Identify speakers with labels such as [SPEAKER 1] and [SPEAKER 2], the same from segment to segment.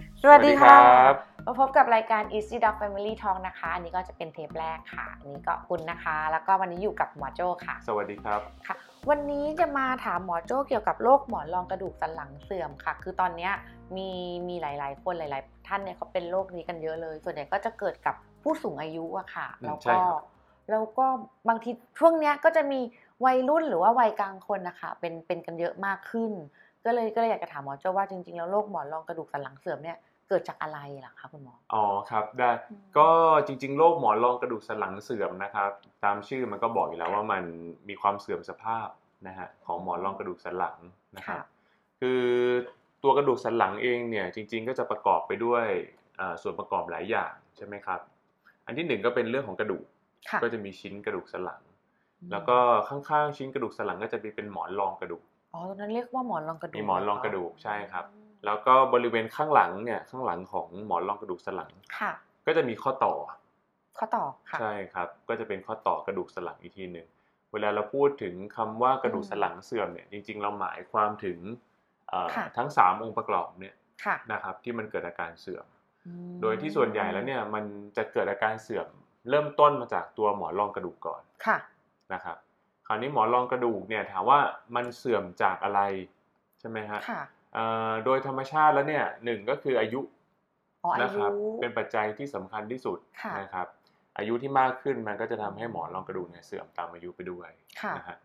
[SPEAKER 1] วัสดีค่ะ
[SPEAKER 2] สวัสดีครับ
[SPEAKER 1] มาพบกับรายการ Easy Dog Family Talk นะคะ อันนี้ก็จะเป็นเทปแรกค่ะ อันนี้ก็คุณนะคะ แล้วก็วันนี้อยู่กับหมอโจ้ค่ะ
[SPEAKER 2] สวัสดีครับ
[SPEAKER 1] ค่ะวันนี้จะมาถามหมอโจ้เกี่ยวกับโรคหมอนรองกระดูกสันหลังเสื่อมค่ะ คือตอนเนี้ยมีมีหลาย ๆ คนหลาย ๆ ท่านเนี่ยเขาเป็นโรคนี้กันเยอะเลย ส่วนใหญ่ก็จะเกิดกับผู้สูงอายุอะค่ะ
[SPEAKER 2] อืม
[SPEAKER 1] แล้ว
[SPEAKER 2] ใช่
[SPEAKER 1] ก็
[SPEAKER 2] ครับ
[SPEAKER 1] แล้วก็บางทีช่วงเนี้ยก็จะมีวัยรุ่นหรือว่าวัยกลางคนนะคะเป็นเป็นกันเยอะมากขึ้น ก็เลยก็เลยอยากจะถามหมอโจ้ว่าจริง ๆ แล้วโรคหมอนรองกระดูกสันหลังเสื่อมเนี่ยเกิดจากอะไรล่ะคะคุณหมอ
[SPEAKER 2] อ๋อครับได้ก็จริงๆโรคหมอนรองกระดูกสันหลังเสื่อมนะครับตามชื่อมันก็บอกอยู่แล้วว่ามันมีความเสื่อมสภาพนะฮะของหมอนรองกระดูกสันหลังนะครับ
[SPEAKER 1] ค่ะ
[SPEAKER 2] คือตัวกระดูกสันหลังเองเนี่ยจริง ๆ ก็จะประกอบไปด้วยอ่าส่วนประกอบหลายอย่างใช่ไหมครับอันที่หนึ่งก็เป็นเรื่องของกระดูก
[SPEAKER 1] ค่ะ
[SPEAKER 2] ก็จะมีชิ้นกระดูกสันหลัง แล้วก็ข้างๆชิ้นกระดูกสันหลังก็จะมีเป็นหมอนรองกระดูก
[SPEAKER 1] อ๋อตอนนั้นเรียกว่าหมอนรองกระดูก
[SPEAKER 2] มีหมอนรองกระดูกใช่ครับ
[SPEAKER 1] อืม
[SPEAKER 2] แล้วก็บริเวณข้างหลังเนี่ยข้างหลังของหมอนรองกระดูกสันหลัง
[SPEAKER 1] ค่ะ
[SPEAKER 2] ก็จะมีข้อต่อ
[SPEAKER 1] ข้อต่อค่ะ
[SPEAKER 2] ใช่ครับ ก็จะเป็นข้อต่อกระดูกสันหลังอีกทีหนึ่ง เวลาเราพูดถึงคำว่ากระดูกสันหลังเสื่อมเนี่ย จริงๆ เราหมายความถึงเอ่อ
[SPEAKER 1] ค่ะ
[SPEAKER 2] ทั้ง 3 องค์ประกอบเนี่ย
[SPEAKER 1] ค่ะ
[SPEAKER 2] นะครับที่มันเกิดอาการเสื่อม
[SPEAKER 1] อืม
[SPEAKER 2] โดยที่ส่วนใหญ่แล้วเนี่ยมันจะเกิดอาการเสื่อม เริ่มต้นมาจากตัวหมอนรองกระดูกก่อน
[SPEAKER 1] ค่ะ
[SPEAKER 2] นะครับ คราวนี้หมอนรองกระดูกเนี่ยถามว่ามันเสื่อมจากอะไรใช่ไหมฮะ
[SPEAKER 1] ค่ะ
[SPEAKER 2] เอ่อโดยธรรมชาติแล้วเนี่ยหนึ่งก็คืออายุ
[SPEAKER 1] อ๋ออา
[SPEAKER 2] นะค
[SPEAKER 1] ยุ
[SPEAKER 2] รับเป็นปัจจัยที่สำคัญที่สุด
[SPEAKER 1] ค่ะ
[SPEAKER 2] นะครับอายุที่มากขึ้นมันก็จะทำให้หมอนรองกระดูกเนี่ยเสื่อมตามอายุไปด้วย
[SPEAKER 1] ค่ะ
[SPEAKER 2] นะฮะ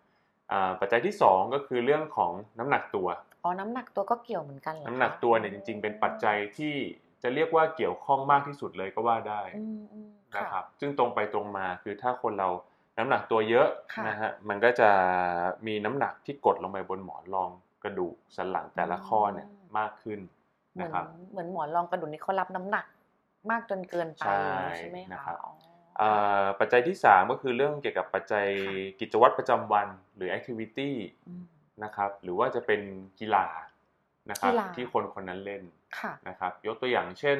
[SPEAKER 2] อ่าปัจจัยที่สองก็คือเรื่องของน้ำหนักตัว
[SPEAKER 1] อ๋อน้ำหนักตัวก็เกี่ยวเหมือนกันเหรอ
[SPEAKER 2] น้ำหนักตัวเนี่ยจริง ๆ เป็นปัจจัยที่จะเรียกว่าเกี่ยวข้องมากที่สุดเลยก็ว่าได้
[SPEAKER 1] อืมอืม
[SPEAKER 2] นะ
[SPEAKER 1] ค่ะ
[SPEAKER 2] ครับซึ่งตรงไปตรงมาคือถ้าคนเราน้ำหนักตัวเยอะ
[SPEAKER 1] ค่ะ
[SPEAKER 2] นะฮะมันก็จะมีน้ำหนักที่กดลงไปบนหมอนรองกระดูกสันหลังแต่ละข้อเนี่ยมากขึ้น
[SPEAKER 1] เหมือ
[SPEAKER 2] นะ
[SPEAKER 1] น
[SPEAKER 2] ครับ
[SPEAKER 1] เหมือนหมอนรองกระดูกนี่เขารับน้ำหนักมากจนเกินไป
[SPEAKER 2] ใช่
[SPEAKER 1] ใช่ไหม
[SPEAKER 2] นะครั
[SPEAKER 1] คะ
[SPEAKER 2] บ
[SPEAKER 1] อ๋อ
[SPEAKER 2] เอ่อปัจจัยที่ 3 ก็คือเรื่องเกี่ยวกับปัจจัย
[SPEAKER 1] ค่ะ
[SPEAKER 2] กิจวัตรประจำวันหรือ activity
[SPEAKER 1] อืม
[SPEAKER 2] นะครับหรือว่าจะเป็นกีฬานะครับ
[SPEAKER 1] กีฬา
[SPEAKER 2] ที่คนคนนั้นเล่น
[SPEAKER 1] ค่ะ
[SPEAKER 2] นะครับยกตัวอย่างเช่น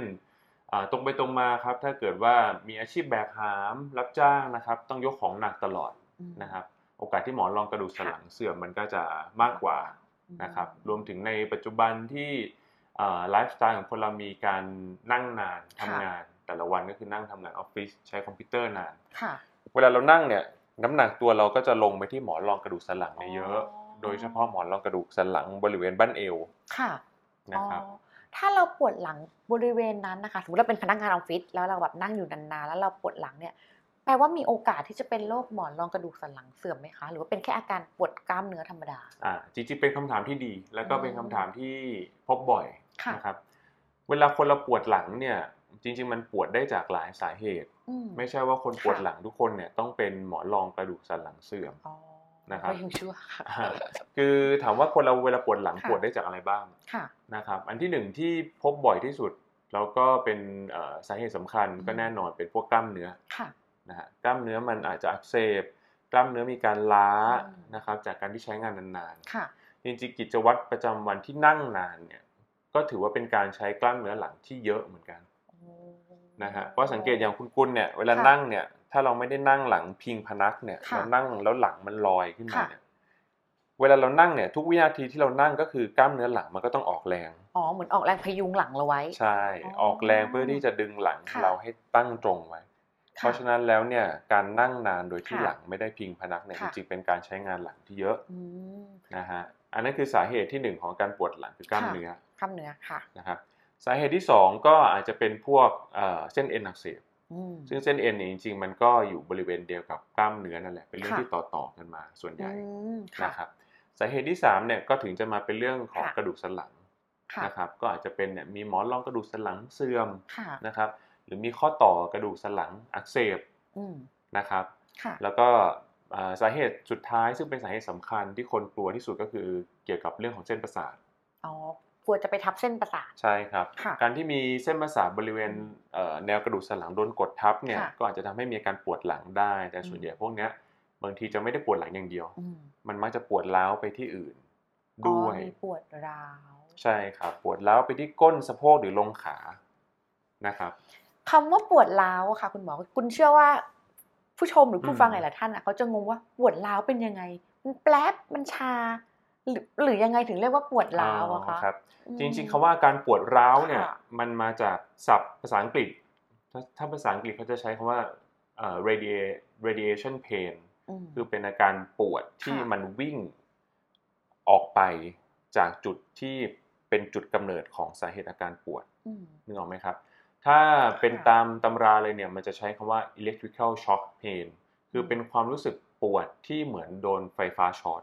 [SPEAKER 2] เอ่อตรงไปตรงมาครับถ้าเกิดว่ามีอาชีพแบกหามรับจ้างนะครับต้องยกของหนักตลอด
[SPEAKER 1] อืม
[SPEAKER 2] นะครับโอกาสที่หมอนรองกระดูกสันหลังเสื่อมมันก็จะมากกว่า
[SPEAKER 1] อืม
[SPEAKER 2] นะครับรวมถึงในปัจจุบันที่ไลฟ์สไตล์ของคนเรามีการนั่งนานทำงาน แต่ละวันก็คือนั่งทำงานออฟฟิศใช้คอมพิวเตอร์นาน
[SPEAKER 1] ค่ะ
[SPEAKER 2] เวลาเรานั่งเนี่ยน้ำหนักตัวเราก็จะลงไปที่หมอนรองกระดูกสันหลังเนี่ยเยอะ โดยเฉพาะหมอนรองกระดูกสันหลังบริเวณบั้นเอว
[SPEAKER 1] ค่ะ
[SPEAKER 2] นะครับ
[SPEAKER 1] อ๋อถ้าเราปวดหลังบริเวณนั้นนะคะสมมติเราเป็นพนักงานออฟฟิศแล้วเราแบบนั่งอยู่นานๆแล้วเราปวดหลังเนี่ย แปลว่ามีโอกาสที่จะเป็นโรคหมอนรองกระดูกสันหลังเสื่อมไหมคะ หรือว่าเป็นแค่อาการปวดกล้ามเนื้อธรรมดา
[SPEAKER 2] อ่าจริงๆเป็นคำถามที่ดี แล้วก็เป็นคำถามที่พบบ่อย
[SPEAKER 1] ค่ะ
[SPEAKER 2] นะครับ เวลาคนเราปวดหลังเนี่ยจริง ๆ มันปวดได้จากหลายสาเหตุ
[SPEAKER 1] อืม
[SPEAKER 2] ไม่ใช่ว่าคนปวด
[SPEAKER 1] ค่ะ
[SPEAKER 2] หลังทุกคนเนี่ยต้องเป็นหมอนรองกระดูกสันหลังเสื่อม
[SPEAKER 1] อ๋อ
[SPEAKER 2] นะครับ
[SPEAKER 1] ก็ยังชั่วค่ะ
[SPEAKER 2] อ่าคือ ถามว่าคนเราเวลาปวดหลัง
[SPEAKER 1] ค่ะ
[SPEAKER 2] ปวดได้จากอะไรบ้าง
[SPEAKER 1] ค่ะ
[SPEAKER 2] นะครับ อันที่หนึ่งที่พบบ่อยที่สุด แล้วก็เป็นเอ่อสาเหตุสำคัญก็แน่นอนเป็นพวกกล้ามเนื้อ
[SPEAKER 1] ค่ะ
[SPEAKER 2] นะฮะกล้ามเนื้อมันอาจจะอักเสบกล้ามเนื้อมีการล้า
[SPEAKER 1] อืม
[SPEAKER 2] นะครับจากการที่ใช้งานนาน
[SPEAKER 1] ค่ะ
[SPEAKER 2] ๆจริงๆกิจวัตรประจำวันที่นั่งนานเนี่ยก็ถือว่าเป็นการใช้กล้ามเนื้อหลังที่เยอะเหมือนกันนะฮะเพราะสังเกตอย่างคุณกุลเนี่ยเวลา
[SPEAKER 1] ค่ะ
[SPEAKER 2] นั่งเนี่ยถ้าเราไม่ได้นั่งหลังพิงพนักเนี่ย
[SPEAKER 1] ค่ะ
[SPEAKER 2] เรานั่งแล้วหลังมันลอยขึ้นมา
[SPEAKER 1] ค่ะ
[SPEAKER 2] เนี่ยเวลาเรานั่งเนี่ยทุกวินาทีที่เรานั่งก็คือกล้ามเนื้อหลังมันก็ต้องออกแรง
[SPEAKER 1] อ๋อ เหมือนออกแรงพยุงหลังเราไว้
[SPEAKER 2] ใช่
[SPEAKER 1] อ๋อ
[SPEAKER 2] ออกแรงเพื่อที่จะดึงหลัง
[SPEAKER 1] ค่ะ
[SPEAKER 2] เราให้ตั้งตรงไว้
[SPEAKER 1] ค่ะ
[SPEAKER 2] เพราะฉะนั้นแล้วเนี่ยการนั่งนานโดยที่
[SPEAKER 1] ค่ะ
[SPEAKER 2] หลังไม่ได้พิงพนักเนี่ยจ
[SPEAKER 1] ค่ะ
[SPEAKER 2] ริงๆเป็นการใช้งานหลังที่เยอะ
[SPEAKER 1] อืม
[SPEAKER 2] นะฮะอันนั้นคือสาเหตุที่หนึ่งของการปวดหลังคือกล้ามเนื้อก
[SPEAKER 1] ล้ามเนื้อค่ะ
[SPEAKER 2] นะครับสาเหตุที่สองก็อาจจะเป็นพวกเอ่อเส้นเอ็นอักเสบ
[SPEAKER 1] อืม
[SPEAKER 2] ซึ่งเส้นเอ็นเนี่ยจริงๆ มันก็อยู่บริเวณเดียวกับกล้ามเนื้อนั่นแหละเป็นเรื่อง
[SPEAKER 1] ค่ะ
[SPEAKER 2] ที่ต่อๆกันมาส่วนให
[SPEAKER 1] อื
[SPEAKER 2] ญ่
[SPEAKER 1] มค่ะ
[SPEAKER 2] นะครับสาเหตุที่สามเนี่ยก็ถึงจะมาเป็นเรื่องของ
[SPEAKER 1] ค่ะ
[SPEAKER 2] กระดูกสันหลัง
[SPEAKER 1] ค่ะ
[SPEAKER 2] นะครับก็อาจจะเป็นเนี่ยมีหมอนรองกระดูกสันหลังเสื่อม
[SPEAKER 1] ค่ะ
[SPEAKER 2] นะครับหรือมีข้อต่อกระดูกสันหลังอักเสบ
[SPEAKER 1] อืม
[SPEAKER 2] นะครับ
[SPEAKER 1] ค่ะ
[SPEAKER 2] แล้วก็เอ่อสาเหตุสุดท้ายซึ่งเป็นสาเหตุสำคัญที่คนกลัวที่สุดก็คือเกี่ยวกับเรื่องของเส้นประสาท
[SPEAKER 1] อ๋อกลัวจะไปทับเส้นประสาท
[SPEAKER 2] ใช่ครับ
[SPEAKER 1] ค่ะ
[SPEAKER 2] การที่มีเส้นประสาทบริเวณเอ่อแนวกระดูกสันหลังโดนกดทับเนี่ย
[SPEAKER 1] ค่ะ
[SPEAKER 2] ก็อาจจะทำให้มีอาการปวดหลังได้ แต่ส่วนใหญ่พวกเนี้ยบางทีจะไม่ได้ปวดหลังอย่างเดียว
[SPEAKER 1] อืม
[SPEAKER 2] มันมักจะปวดร้าวไปที่อื่นด้วย
[SPEAKER 1] อ๋อมีปวดร้าว
[SPEAKER 2] ใช่ครับปวดร้าวไปที่ก้นสะโพกหรือลงขานะครับ
[SPEAKER 1] คำว่าปวดร้าวอะค่ะ คุณหมอ คุณเชื่อว่า ผู้ชมหรือผู้
[SPEAKER 2] อืม
[SPEAKER 1] ฟังหลายๆท่านอะเขาจะงงว่าปวดร้าวเป็นยังไง มันแปลบมันชา หรือหรือยังไงถึงเรียกว่าปวดร้าวอะ
[SPEAKER 2] อ๋
[SPEAKER 1] คะ
[SPEAKER 2] อครับ
[SPEAKER 1] อืม
[SPEAKER 2] จริงๆคำว่าการปวดร้าวเนี่ย
[SPEAKER 1] ค่ะ
[SPEAKER 2] มันมาจากศัพท์ภาษาอังกฤษ ถ้าถ้าภาษาอังกฤษเขาจะใช้คำว่าเอ่อ radia- radiation pain
[SPEAKER 1] ม
[SPEAKER 2] คือเป็นอาการปวดที่
[SPEAKER 1] ค่ะ
[SPEAKER 2] มันวิ่งออกไปจากจุดที่เป็นจุดกำเนิดของสาเหตุอาการปวด
[SPEAKER 1] ม
[SPEAKER 2] นึกออกไหมครับ ถ้าเป็น
[SPEAKER 1] ค่ะ
[SPEAKER 2] ตามตำราเลยเนี่ยมันจะใช้คำว่า electrical shock pain คือเป็นความรู้สึกปวดที่เหมือนโดนไฟฟ้าช็อต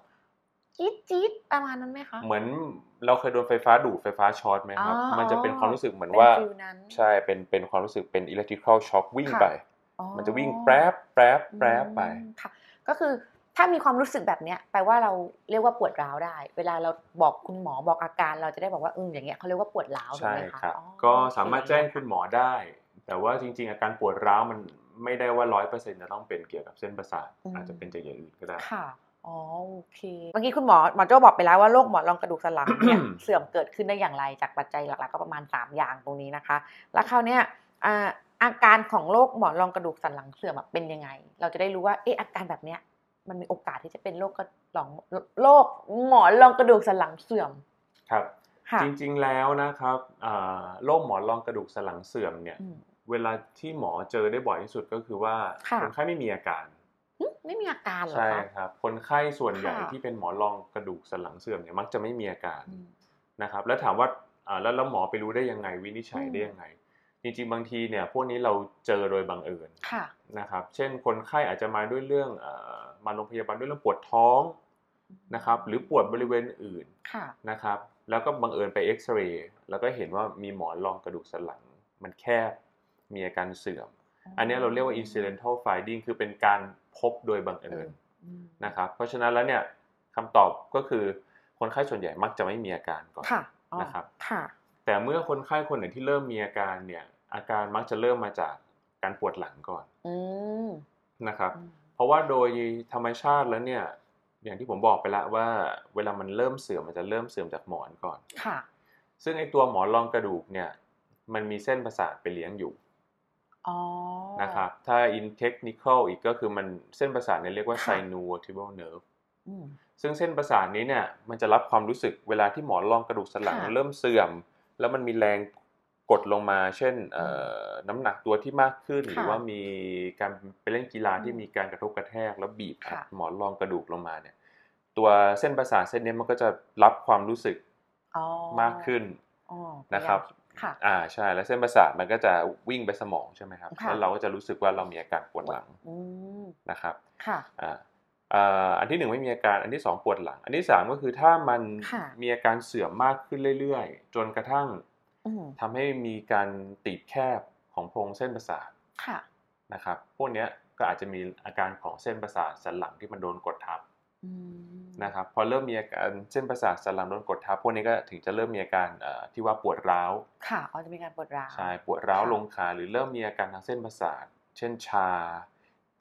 [SPEAKER 1] จี๊ดจี๊ดประมาณนั้นไหมคะ
[SPEAKER 2] เหมือนเราเคยโดนไฟฟ้าดูดไฟฟ้าช็อตไหมครับ
[SPEAKER 1] อ๋อ
[SPEAKER 2] มันจะเป็นความรู้สึกเหมือน
[SPEAKER 1] เป็น
[SPEAKER 2] ว่า
[SPEAKER 1] ฟิลนั้น
[SPEAKER 2] ใช่ เป็น เป็นความรู้สึกเป็น electrical shock วิ่ง
[SPEAKER 1] ค่ะ
[SPEAKER 2] ไป
[SPEAKER 1] อ๋อ
[SPEAKER 2] มันจะวิ่งแป๊บแป๊บแป๊บไป
[SPEAKER 1] อืมค่ะ ก็คือถ้ามีความรู้สึกแบบเนี้ยแปลว่าเราเรียกว่าปวดร้าวได้ เวลาเราบอกคุณหมอบอกอาการเราจะได้บอกว่าเอออย่างเงี้ยเขาเรียกว่าปวดร้าวถูก
[SPEAKER 2] ใช่
[SPEAKER 1] ไหมคะ
[SPEAKER 2] ครับ
[SPEAKER 1] อ๋อ
[SPEAKER 2] ก็
[SPEAKER 1] โอเค
[SPEAKER 2] สามารถแจ้งคุณหมอได้ แต่ว่าจริง ๆ อาการปวดร้าวมันไม่ได้ว่าร้อยเปอร์เซ็นต์จะต้องเป็นเกี่ยวกับเส้นประสาท อาจจะเป็นจากอย่างอื่นก็ได้
[SPEAKER 1] ค่ะอ๋อโอเคเมื่อกี้คุณหมอหมอโจ้บอกไปแล้วว่าโรคหมอนรองกระดูกสันหลังเนี่ย เสื่อมเกิดขึ้นได้อย่างไรจากปัจจัยหลักๆ ก็ประมาณ 3 อย่างตรงนี้นะคะ แล้วคราวเนี้ยอ่าอาการของโรคหมอนรองกระดูกสันหลังเสื่อมอะเป็นยังไง เราจะได้รู้ว่าเอะอาการแบบเนี้ย มันมีโอกาสที่จะเป็นโรคกระหลองโรคหมอนรองกระดูกสันหลังเสื่อม
[SPEAKER 2] ครับ
[SPEAKER 1] ค่ะ
[SPEAKER 2] จริงๆ แล้วนะครับอ่าโรคหมอนรองกระดูกสันหลังเสื่อมเนี่ย
[SPEAKER 1] อืม
[SPEAKER 2] เวลาที่หมอเจอได้บ่อยที่สุดก็คือว่า
[SPEAKER 1] ค่ะ
[SPEAKER 2] คนไข้ไม่มีอาการ
[SPEAKER 1] หึไม่มีอาการเหรอ
[SPEAKER 2] ใช่
[SPEAKER 1] คะ
[SPEAKER 2] ครับ คนไข้ส่วนใหญ่
[SPEAKER 1] ค่ะ
[SPEAKER 2] ที่เป็นหมอนรองกระดูกสันหลังเสื่อมเนี่ยมักจะไม่มีอาการ
[SPEAKER 1] อืม
[SPEAKER 2] นะครับ แล้วถามว่าอ่าแล้วแล้วหมอไปรู้ได้ยังไงวินิจฉัย
[SPEAKER 1] อืม
[SPEAKER 2] ได้ยังไง จริงๆ บางทีเนี่ยพวกนี้เราเจอโดยบังเอิญ
[SPEAKER 1] ค่ะ
[SPEAKER 2] นะครับ เช่นคนไข้อาจจะมาด้วยเรื่องเอ่อมาโรงพยาบาลด้วยเรื่องปวดท้องนะครับ หรือปวดบริเวณอื่น
[SPEAKER 1] ค่ะ
[SPEAKER 2] นะครับ แล้วก็บังเอิญไปเอ็กซเรย์แล้วก็เห็นว่ามีหมอนรองกระดูกสันหลัง มันแคบมีอาการเสื่อม อันเนี้ยเราเรียกว่า incidental finding คือเป็นการพบโดยบังเอิญ
[SPEAKER 1] อืม
[SPEAKER 2] นะครับ เพราะฉะนั้นแล้วเนี่ยคำตอบก็คือคนไข้ส่วนใหญ่มักจะไม่มีอาการก่อน
[SPEAKER 1] ค่ะอ๋อ
[SPEAKER 2] นะครับ
[SPEAKER 1] ค่ะ
[SPEAKER 2] แต่เมื่อคนไข้คนไหนที่เริ่มมีอาการเนี่ยอาการมักจะเริ่มมาจากการปวดหลังก่อน
[SPEAKER 1] อืม
[SPEAKER 2] นะครับ
[SPEAKER 1] อืม
[SPEAKER 2] เพราะว่าโดยธรรมชาติแล้วเนี่ยอย่างที่ผมบอกไปแล้วว่าเวลามันเริ่มเสื่อมมันจะเริ่มเสื่อมจากหมอนก่อน
[SPEAKER 1] ค่ะ
[SPEAKER 2] ซึ่งไอตัวหมอนรองกระดูกเนี่ยมันมีเส้นประสาทไปเลี้ยงอยู่
[SPEAKER 1] อ๋อ
[SPEAKER 2] นะครับถ้า in technical อีกก็คือมันเส้นประสาทเนี่ยเรียกว่า
[SPEAKER 1] ค่ะ
[SPEAKER 2] synovertebral nerve
[SPEAKER 1] อืม
[SPEAKER 2] ซึ่งเส้นประสาทนี้เนี่ยมันจะรับความรู้สึกเวลาที่หมอนรองกระดูกสันหลัง
[SPEAKER 1] ค่ะ
[SPEAKER 2] เริ่มเสื่อม แล้วมันมีแรงกดลงมา เช่นเอ่อน้ำหนักตัวที่มากขึ้น
[SPEAKER 1] ค่ะ
[SPEAKER 2] หรือว่ามีการไปเล่นกีฬา
[SPEAKER 1] อืม
[SPEAKER 2] ที่มีการกระทบกระแทกแล้วบีบอัด
[SPEAKER 1] ค่ะ
[SPEAKER 2] หมอนรองกระดูกลงมาเนี่ยตัวเส้นประสาทเส้นนี้มันก็จะรับความรู้สึก
[SPEAKER 1] อ๋อ
[SPEAKER 2] มากขึ้น
[SPEAKER 1] อ๋อ
[SPEAKER 2] นะครับ
[SPEAKER 1] ค่ะ
[SPEAKER 2] อ่าใช่ แล้วเส้นประสาทมันก็จะวิ่งไปสมองใช่ไหมครับ
[SPEAKER 1] ค่ะ
[SPEAKER 2] แล้วเราก็จะรู้สึกว่าเรามีอาการปวดหลัง
[SPEAKER 1] อืม
[SPEAKER 2] นะครับ
[SPEAKER 1] ค่ะ
[SPEAKER 2] อ่าอ่าอันที่หนึ่งไม่มีอาการ อันที่สองปวดหลัง อันที่สามก็คือถ้ามัน
[SPEAKER 1] ค่ะ
[SPEAKER 2] มีอาการเสื่อมมากขึ้นเรื่อยๆ จนกระทั่ง
[SPEAKER 1] อืม
[SPEAKER 2] ทำให้มีการตีบแคบของโพรงเส้นประสาท
[SPEAKER 1] ค่ะ
[SPEAKER 2] นะครับ พวกเนี้ยก็อาจจะมีอาการของเส้นประสาทสันหลังที่มันโดนกดทับ
[SPEAKER 1] อืม
[SPEAKER 2] นะครับ พอเริ่มมีอาการเส้นประสาทสันหลังโดนกดทับ พวกนี้ก็ถึงจะเริ่มมีอาการเอ่อที่ว่าปวดร้าว
[SPEAKER 1] ค่ะอ๋อจะมีการปวดร้าว
[SPEAKER 2] ใช่ ปวดร้าว
[SPEAKER 1] ค่ะ
[SPEAKER 2] ลงขาหรือเริ่มมีอาการทางเส้นประสาท เช่นชา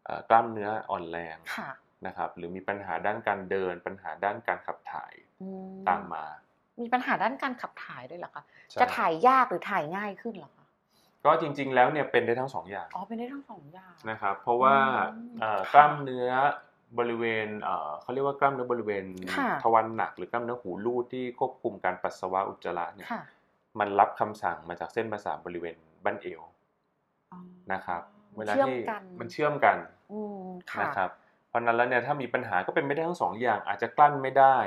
[SPEAKER 2] เอ่อกล้ามเนื้ออ่อนแรง
[SPEAKER 1] ค่ะ
[SPEAKER 2] นะครับหรือมีปัญหาด้านการเดิน ปัญหาด้านการขับถ่าย
[SPEAKER 1] อืม
[SPEAKER 2] ตามมา
[SPEAKER 1] มีปัญหาด้านการขับถ่ายด้วยเหรอคะ
[SPEAKER 2] ใช่
[SPEAKER 1] จะถ่ายยากหรือถ่ายง่ายขึ้นเหรอคะ
[SPEAKER 2] ก็จริงๆแล้วเนี่ยเป็นได้ทั้งสองอย่าง
[SPEAKER 1] อ๋อ เป็นได้ทั้งสองอย่าง
[SPEAKER 2] นะครับเพราะว่า
[SPEAKER 1] อืม
[SPEAKER 2] เอ่อกล้ามเนื้อบริเวณเอ่อเขาเรียกว่ากล้ามเนื้อบริเวณ
[SPEAKER 1] ค่ะ
[SPEAKER 2] ทวารหนัก หรือกล้ามเนื้อหูรูดที่ควบคุมการปัสสาวะอุจจาระเนี่ย
[SPEAKER 1] ค่ะ
[SPEAKER 2] มันรับคำสั่งมาจากเส้นประสาทบริเวณบั้นเอว
[SPEAKER 1] อ๋อ
[SPEAKER 2] นะครับเวลา
[SPEAKER 1] เชื่อม
[SPEAKER 2] ที่
[SPEAKER 1] กัน
[SPEAKER 2] มันเชื่อมกัน
[SPEAKER 1] อืมค่ะ
[SPEAKER 2] นะครับเพราะฉะนั้นแล้วเนี่ยถ้ามีปัญหาก็เป็นไม่ได้ทั้งสองอย่างอาจจะกลั้นไม่ได้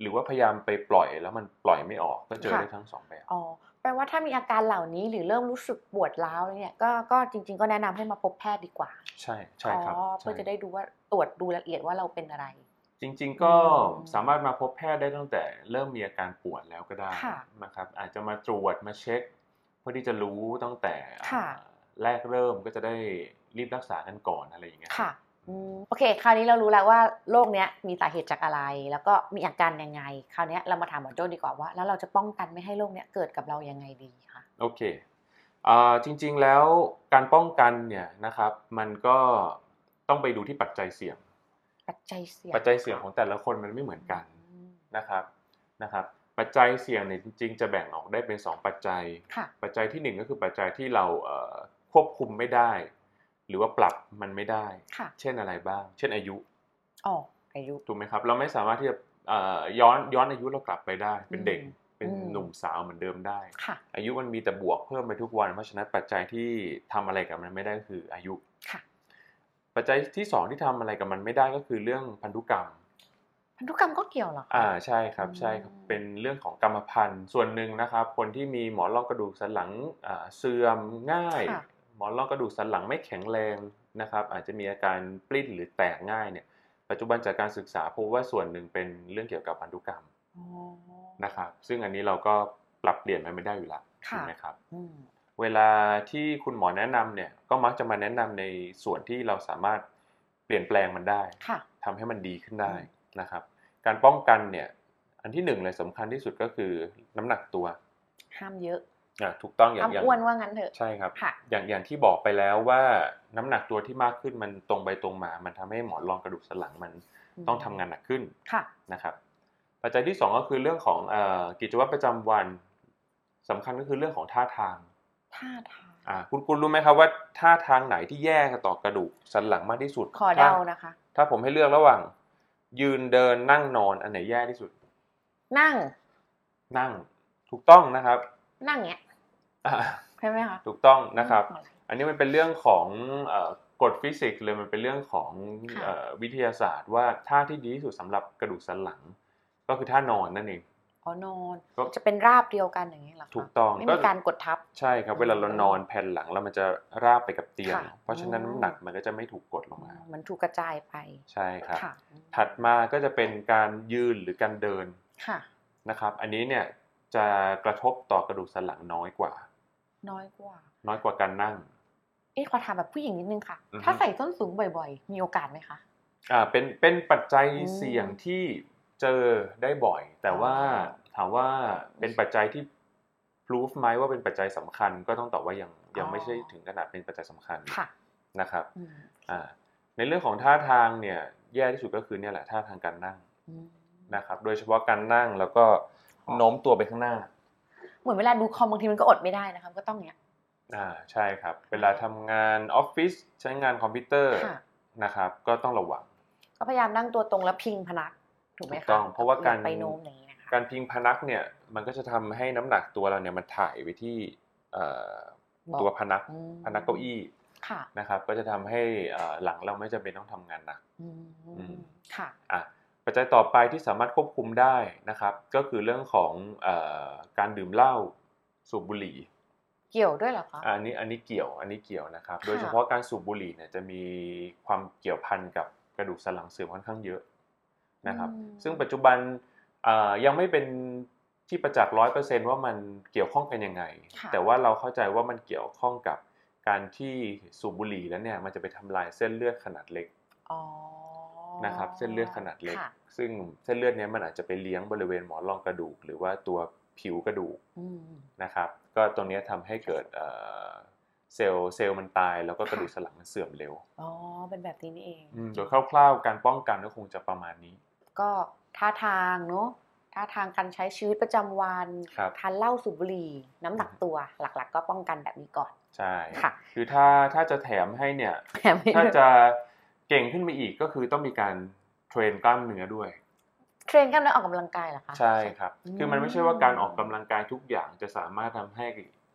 [SPEAKER 2] หรือว่าพยายามไปปล่อยแล้วมันปล่อยไม่ออกก็เจอได้ทั้งสองแบบ
[SPEAKER 1] อ๋อ แปลว่าถ้ามีอาการเหล่านี้หรือเริ่มรู้สึกปวดร้าวแล้วเนี่ย ก็ ก็จริง ๆ ก็แนะนำให้มาพบแพทย์ดีกว่า
[SPEAKER 2] ใช่ใช่ครับ
[SPEAKER 1] อ๋อ
[SPEAKER 2] ใช่
[SPEAKER 1] เพื่อจะได้ดูว่าตรวจดูละเอียดว่าเราเป็นอะไร
[SPEAKER 2] จริง ๆ ก็
[SPEAKER 1] อืม
[SPEAKER 2] สามารถมาพบแพทย์ได้ตั้งแต่เริ่มมีอาการปวดแล้วก็ได้
[SPEAKER 1] ค่ะ
[SPEAKER 2] นะครับอาจจะมาตรวจมาเช็ค เพื่อที่จะรู้ตั้งแต่
[SPEAKER 1] ค่ะ
[SPEAKER 2] แรกเริ่มก็จะได้รีบรักษากันก่อนอะไรอย่างเงี้ย
[SPEAKER 1] ค่ะอืมโอเค คราวนี้เรารู้แล้วว่าโรคเนี้ยมีสาเหตุจากอะไร แล้วก็มีอาการยังไง คราวเนี้ยเรามาถามหมอโจ้ดีกว่าว่า แล้วเราจะป้องกันไม่ให้โรคเนี้ยเกิดกับเรายังไงดีคะ
[SPEAKER 2] โอเคอ่าจริงๆแล้วการป้องกันเนี่ยนะครับมันก็ต้องไปดูที่ปัจจัยเสี่ยง
[SPEAKER 1] ปัจจัยเสี่ยง
[SPEAKER 2] ปัจจัยเสี่ยงของแต่ละคนมันไม่เหมือนกัน
[SPEAKER 1] อืม
[SPEAKER 2] นะครับนะครับ ปัจจัยเสี่ยงเนี่ยจริง ๆ จะแบ่งออกได้เป็นสองปัจจัย
[SPEAKER 1] ค่ะ
[SPEAKER 2] ปัจจัยที่หนึ่งก็คือปัจจัยที่เราเอ่อควบคุมไม่ได้ หรือว่าปรับมันไม่ได้
[SPEAKER 1] ค่ะ
[SPEAKER 2] เช่นอะไรบ้าง เช่นอายุ
[SPEAKER 1] อ๋ออายุ
[SPEAKER 2] ถูกไหมครับ เราไม่สามารถที่จะ เอ่อย้อนย้อนอายุเรากลับไปได้ เป็นเด็ก
[SPEAKER 1] อืม
[SPEAKER 2] เป็น
[SPEAKER 1] อืม
[SPEAKER 2] หนุ่มสาวเหมือนเดิมได้
[SPEAKER 1] ค่ะ
[SPEAKER 2] อายุมันมีแต่บวกเพิ่มไปทุกวัน เพราะฉะนั้นปัจจัยที่ทำอะไรกับมันไม่ได้คืออายุ
[SPEAKER 1] ค่ะ
[SPEAKER 2] ปัจจัยที่สองที่ทำอะไรกับมันไม่ได้ก็คือเรื่องพันธุกรรม
[SPEAKER 1] พันธุกรรมก็เกี่ยวเหรอคะ
[SPEAKER 2] อ่าใช่ครับ
[SPEAKER 1] อืม
[SPEAKER 2] ใช่ครับเป็นเรื่องของกรรมพันธุ์ส่วนหนึ่งนะครับ คนที่มีหมอนรองกระดูกสันหลังอ่าเสื่อมง่าย
[SPEAKER 1] ค่ะ
[SPEAKER 2] หมอนรองกระดูกสันหลังไม่แข็งแรงนะครับ อาจจะมีอาการปลิ้นหรือแตกง่ายเนี่ย ปัจจุบันจากการศึกษาพบว่าส่วนหนึ่งเป็นเรื่องเกี่ยวกับพันธุกรรม
[SPEAKER 1] อ๋อ
[SPEAKER 2] นะครับ ซึ่งอันนี้เราก็ปรับเปลี่ยนมันไม่ได้อยู่และ
[SPEAKER 1] ค่ะ
[SPEAKER 2] ถูกไหมครับ
[SPEAKER 1] อืม
[SPEAKER 2] เวลาที่คุณหมอแนะนำเนี่ยก็มักจะมาแนะนำในส่วนที่เราสามารถเปลี่ยนแปลงมันได้
[SPEAKER 1] ค่ะ
[SPEAKER 2] ทำให้มันดีขึ้นได้
[SPEAKER 1] อืม
[SPEAKER 2] นะครับ การป้องกันเนี่ย อันที่หนึ่งเลยสำคัญที่สุดก็คือน้ำหนักตัว
[SPEAKER 1] ห้ามเยอะ
[SPEAKER 2] อ่ะถูกต้องอย่า
[SPEAKER 1] ห้าง ม
[SPEAKER 2] อย่าง
[SPEAKER 1] อ้วนว่างั้นเถอะ
[SPEAKER 2] ใช่ครับ
[SPEAKER 1] ค่ะ
[SPEAKER 2] อย่างอย่างที่บอกไปแล้วว่าน้ำหนักตัวที่มากขึ้นมันตรงไปตรงมา มันทำให้หมอนรองกระดูกสันหลังมันต้องทำงานหนักขึ้น
[SPEAKER 1] ค่ะ
[SPEAKER 2] นะครับ ปัจจัยที่สองก็คือเรื่องของเออกิจวัตรประจำวันสำคัญก็คือเรื่องของท่าทาง
[SPEAKER 1] ท่าทาง
[SPEAKER 2] อ่ะคุณคุณรู้ไหมครับว่าท่าทางไหนที่แย่ต่อกระดูกสันหลังมากที่สุด
[SPEAKER 1] ขอเดา
[SPEAKER 2] ถ้
[SPEAKER 1] นะคะ
[SPEAKER 2] ถ้าผมให้เลือกระหว่าง ยืนเดินนั่งนอนอันไหนแย่ที่สุด
[SPEAKER 1] นั่ง
[SPEAKER 2] นั่งถูกต้องนะครับ
[SPEAKER 1] นั่งเงี้ย
[SPEAKER 2] อ่า
[SPEAKER 1] ใช่ไหมคะ
[SPEAKER 2] ถูกต้องนะครับ
[SPEAKER 1] นั่งอะไร
[SPEAKER 2] อันนี้มันเป็นเรื่องของเอ่อกฎฟิสิกส์เลยมันเป็นเรื่องของ
[SPEAKER 1] ค่ะ
[SPEAKER 2] เอ่อวิทยาศาสตร์ ว่าท่าที่ดีที่สุดสำหรับกระดูกสันหลัง ก็คือท่านอนนั่นเอง
[SPEAKER 1] อ๋อนอน
[SPEAKER 2] ก็
[SPEAKER 1] จะเป็นราบเดียวกันอย่างนี้เหรอคะ
[SPEAKER 2] ถูกต้อง
[SPEAKER 1] ไม่มีการกดทับ
[SPEAKER 2] ใช่ครับ เวลาเรานอนแผ่นหลังแล้วมันจะราบไปกับเตียง
[SPEAKER 1] ค่ะ
[SPEAKER 2] เพราะฉะนั้น
[SPEAKER 1] อืม
[SPEAKER 2] น้ำหนักมันก็จะไม่ถูกกดลงมา
[SPEAKER 1] มันถูกกระจายไป
[SPEAKER 2] ใช่ครับ
[SPEAKER 1] ค่ะ
[SPEAKER 2] ถัดมาก็จะเป็นการยืนหรือการเดิน
[SPEAKER 1] ค่ะ
[SPEAKER 2] นะครับอันนี้เนี่ยจะกระทบต่อกระดูกสันหลังน้อยกว่า
[SPEAKER 1] น้อยกว่า
[SPEAKER 2] น้อยกว่าการนั่ง
[SPEAKER 1] เอ๊ะขอถามแบบผู้หญิงนิดนึงค่ะ
[SPEAKER 2] อือฮึ
[SPEAKER 1] ถ้าใส่ส้นสูงบ่อยๆ มีโอกาสไหมคะ
[SPEAKER 2] อ่าเป็นเป็นปัจจัย
[SPEAKER 1] อืม
[SPEAKER 2] เสี่ยงที่เจอได้บ่อย แต่ว่า
[SPEAKER 1] อ๋อ
[SPEAKER 2] ถามว่าเป็นปัจจัยที่พิสูจไหมว่าเป็นปัจจัยสำคัญ ก็ต้องตอบว่ายังยัง
[SPEAKER 1] อ๋อ
[SPEAKER 2] ไม่ใช่ถึงขนาดเป็นปัจจัยสำคัญ
[SPEAKER 1] ค่ะ
[SPEAKER 2] นะครับ
[SPEAKER 1] อืม
[SPEAKER 2] อ่าในเรื่องของท่าทางเนี่ยแย่ที่สุดก็คือเนี่ยแหละท่าทางการนั่ง
[SPEAKER 1] อืม
[SPEAKER 2] นะครับ โดยเฉพาะการนั่งแล้วก็โน้มตัวไปข้างหน้า
[SPEAKER 1] เหมือนเวลาดูคอมบางทีมันก็อดไม่ได้นะคะมันก็ต้องเนี้ย
[SPEAKER 2] อ่าใช่ครับ เวลาทำงานออฟฟิศใช้งานคอมพิวเตอร์
[SPEAKER 1] ค่ะ
[SPEAKER 2] นะครับก็ต้องระวัง
[SPEAKER 1] ก็พยายามนั่งตัวตรงแล้วพิงพนัก ถูกไหม
[SPEAKER 2] ถู
[SPEAKER 1] คะ
[SPEAKER 2] กต้องเพราะว่าการ
[SPEAKER 1] ไปโน้มอย่างนี้นะคะ
[SPEAKER 2] การพิงพนักเนี่ยมันก็จะทำให้น้ำหนักตัวเราเนี่ยมันถ่ายไปที่เอ่อตัวพนัก
[SPEAKER 1] อืม
[SPEAKER 2] พนักเก้าอี้
[SPEAKER 1] ค่ะ
[SPEAKER 2] นะครับ ก็จะทำให้เอ่อหลังเราไม่จำเป็นต้องทำงานหนัก
[SPEAKER 1] อืม
[SPEAKER 2] อืม
[SPEAKER 1] ค่ะ
[SPEAKER 2] อ่ะปัจจัยต่อไปที่สามารถควบคุมได้นะครับ ก็คือเรื่องของเอ่อการดื่มเหล้าสูบบุหรี่
[SPEAKER 1] เกี่ยวด้วยเหรอคะ
[SPEAKER 2] อันนี้อันนี้เกี่ยวอันนี้เกี่ยวนะครับ
[SPEAKER 1] ค่ะ
[SPEAKER 2] โดยเฉพาะการสูบบุหรี่เนี่ยจะมีความเกี่ยวพันกับกระดูกสันหลังเสื่อมค่อนข้างเยอะนะครับ
[SPEAKER 1] อืม
[SPEAKER 2] ซึ่งปัจจุบันเอ่อยังไม่เป็นที่ประจักษ์ร้อยเปอร์เซนว่ามันเกี่ยวข้องกันยังไง
[SPEAKER 1] ค่ะ
[SPEAKER 2] แต่ว่าเราเข้าใจว่ามันเกี่ยวข้องกับการที่สูบบุหรี่แล้วเนี่ยมันจะไปทำลายเส้นเลือดขนาดเล็ก
[SPEAKER 1] อ๋อ
[SPEAKER 2] นะครับ เส้นเลือดขนาดเล็ก
[SPEAKER 1] ค่ะ
[SPEAKER 2] ซึ่งเส้นเลือดเนี้ยมันอาจจะไปเลี้ยงบริเวณหมอนรองกระดูก หรือว่าตัวผิวกระดูก
[SPEAKER 1] อืม
[SPEAKER 2] นะครับ ก็ตรงเนี้ยทำให้เกิดเอ่อเซลล์เซลล์มันตาย แล้วก็กระดูกสันหลังมันเสื่อมเร็ว
[SPEAKER 1] อ๋อ เป็นแบบนี้นี่เอง
[SPEAKER 2] อืมโดยคร่าวๆ การป้องกันก็คงจะประมาณนี้
[SPEAKER 1] ก็ท่าทางเนาะท่าทางการใช้ชีวิตประจำวัน
[SPEAKER 2] ครับ
[SPEAKER 1] ทานเหล้าสูบบุหรี่ น้ำหนักตัวหลักๆ ก็ป้องกันแบบนี้ก่อน
[SPEAKER 2] ใช่
[SPEAKER 1] ค่ะ
[SPEAKER 2] คือถ้าถ้าจะแถมให้ เนี่ย
[SPEAKER 1] แถมให้
[SPEAKER 2] ถ้า
[SPEAKER 1] ด้วย
[SPEAKER 2] จะเก่งขึ้นไปอีกก็คือต้องมีการเทรนกล้ามเนื้อด้วย
[SPEAKER 1] เทรนกล้ามเนื้อออกกำลังกายเหรอคะ
[SPEAKER 2] ใช่ครับ
[SPEAKER 1] อืม
[SPEAKER 2] คือมันไม่ใช่ว่าการออกกำลังกายทุกอย่างจะสามารถทำให้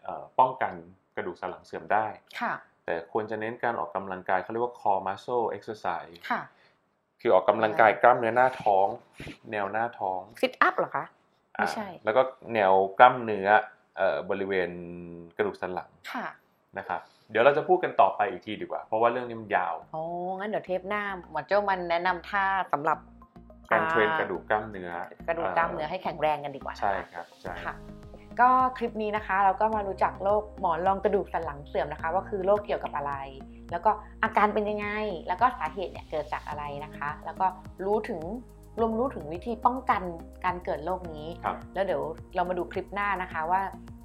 [SPEAKER 2] เอ่อป้องกันกระดูกสันหลังเสื่อมได้
[SPEAKER 1] ค่ะ
[SPEAKER 2] แต่ควรจะเน้นการออกกำลังกายเขาเรียกว่า core muscle exercise
[SPEAKER 1] ค่ะ
[SPEAKER 2] คือออกกำลังกายกล้ามเนื้อหน้าท้อง แนวหน้าท้อง
[SPEAKER 1] ฟิตอัพเหรอคะ ไม่ใช่
[SPEAKER 2] อ่าแล้วก็แนวกล้ามเนื้อเอ่อบริเวณกระดูกสันหลัง
[SPEAKER 1] ค่ะ
[SPEAKER 2] นะครับ เดี๋ยวเราจะพูดกันต่อไปอีกทีดีกว่า เพราะว่าเรื่องนี้มันยาว
[SPEAKER 1] โอ้งั้นเดี๋ยวเทปหน้าหมอโจ้มันแนะนำท่าสำหรับ
[SPEAKER 2] การเทรน
[SPEAKER 1] อ่าก
[SPEAKER 2] ระดูกกล้ามเนื้อก
[SPEAKER 1] ระดูกกล้ามเนื้อให้แข็งแรงกันดีกว่านะะ
[SPEAKER 2] ใช่ครับใช่
[SPEAKER 1] ค่ะก็คลิปนี้นะคะเราก็มารู้จักโรคหมอนรองกระดูกสันหลังเสื่อมนะคะ ว่าคือโรคเกี่ยวกับอะไร แล้วก็อาการเป็นยังไง แล้วก็สาเหตุเนี่ยเกิดจากอะไรนะคะ แล้วก็รู้ถึงรวมรู้ถึงวิธีป้องกันการเกิดโรคนี้
[SPEAKER 2] ครับ
[SPEAKER 1] แล้วเดี๋ยวเรามาดูคลิปหน้านะคะว่า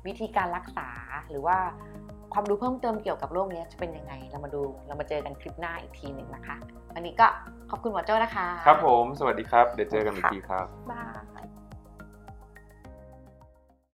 [SPEAKER 1] วิธีการรักษาหรือว่าความรู้เพิ่มเติมเกี่ยวกับโรคเนี้ยจะเป็นยังไง เรามาดูเรามาเจอกันคลิปหน้าอีกทีหนึ่งนะคะวันนี้ก็ขอบคุณหมอโจ้นะคะ
[SPEAKER 2] ครับผม สวัสดีครับ เดี๋ยวเจอกันอีกทีครับ
[SPEAKER 1] บ๊ายบาย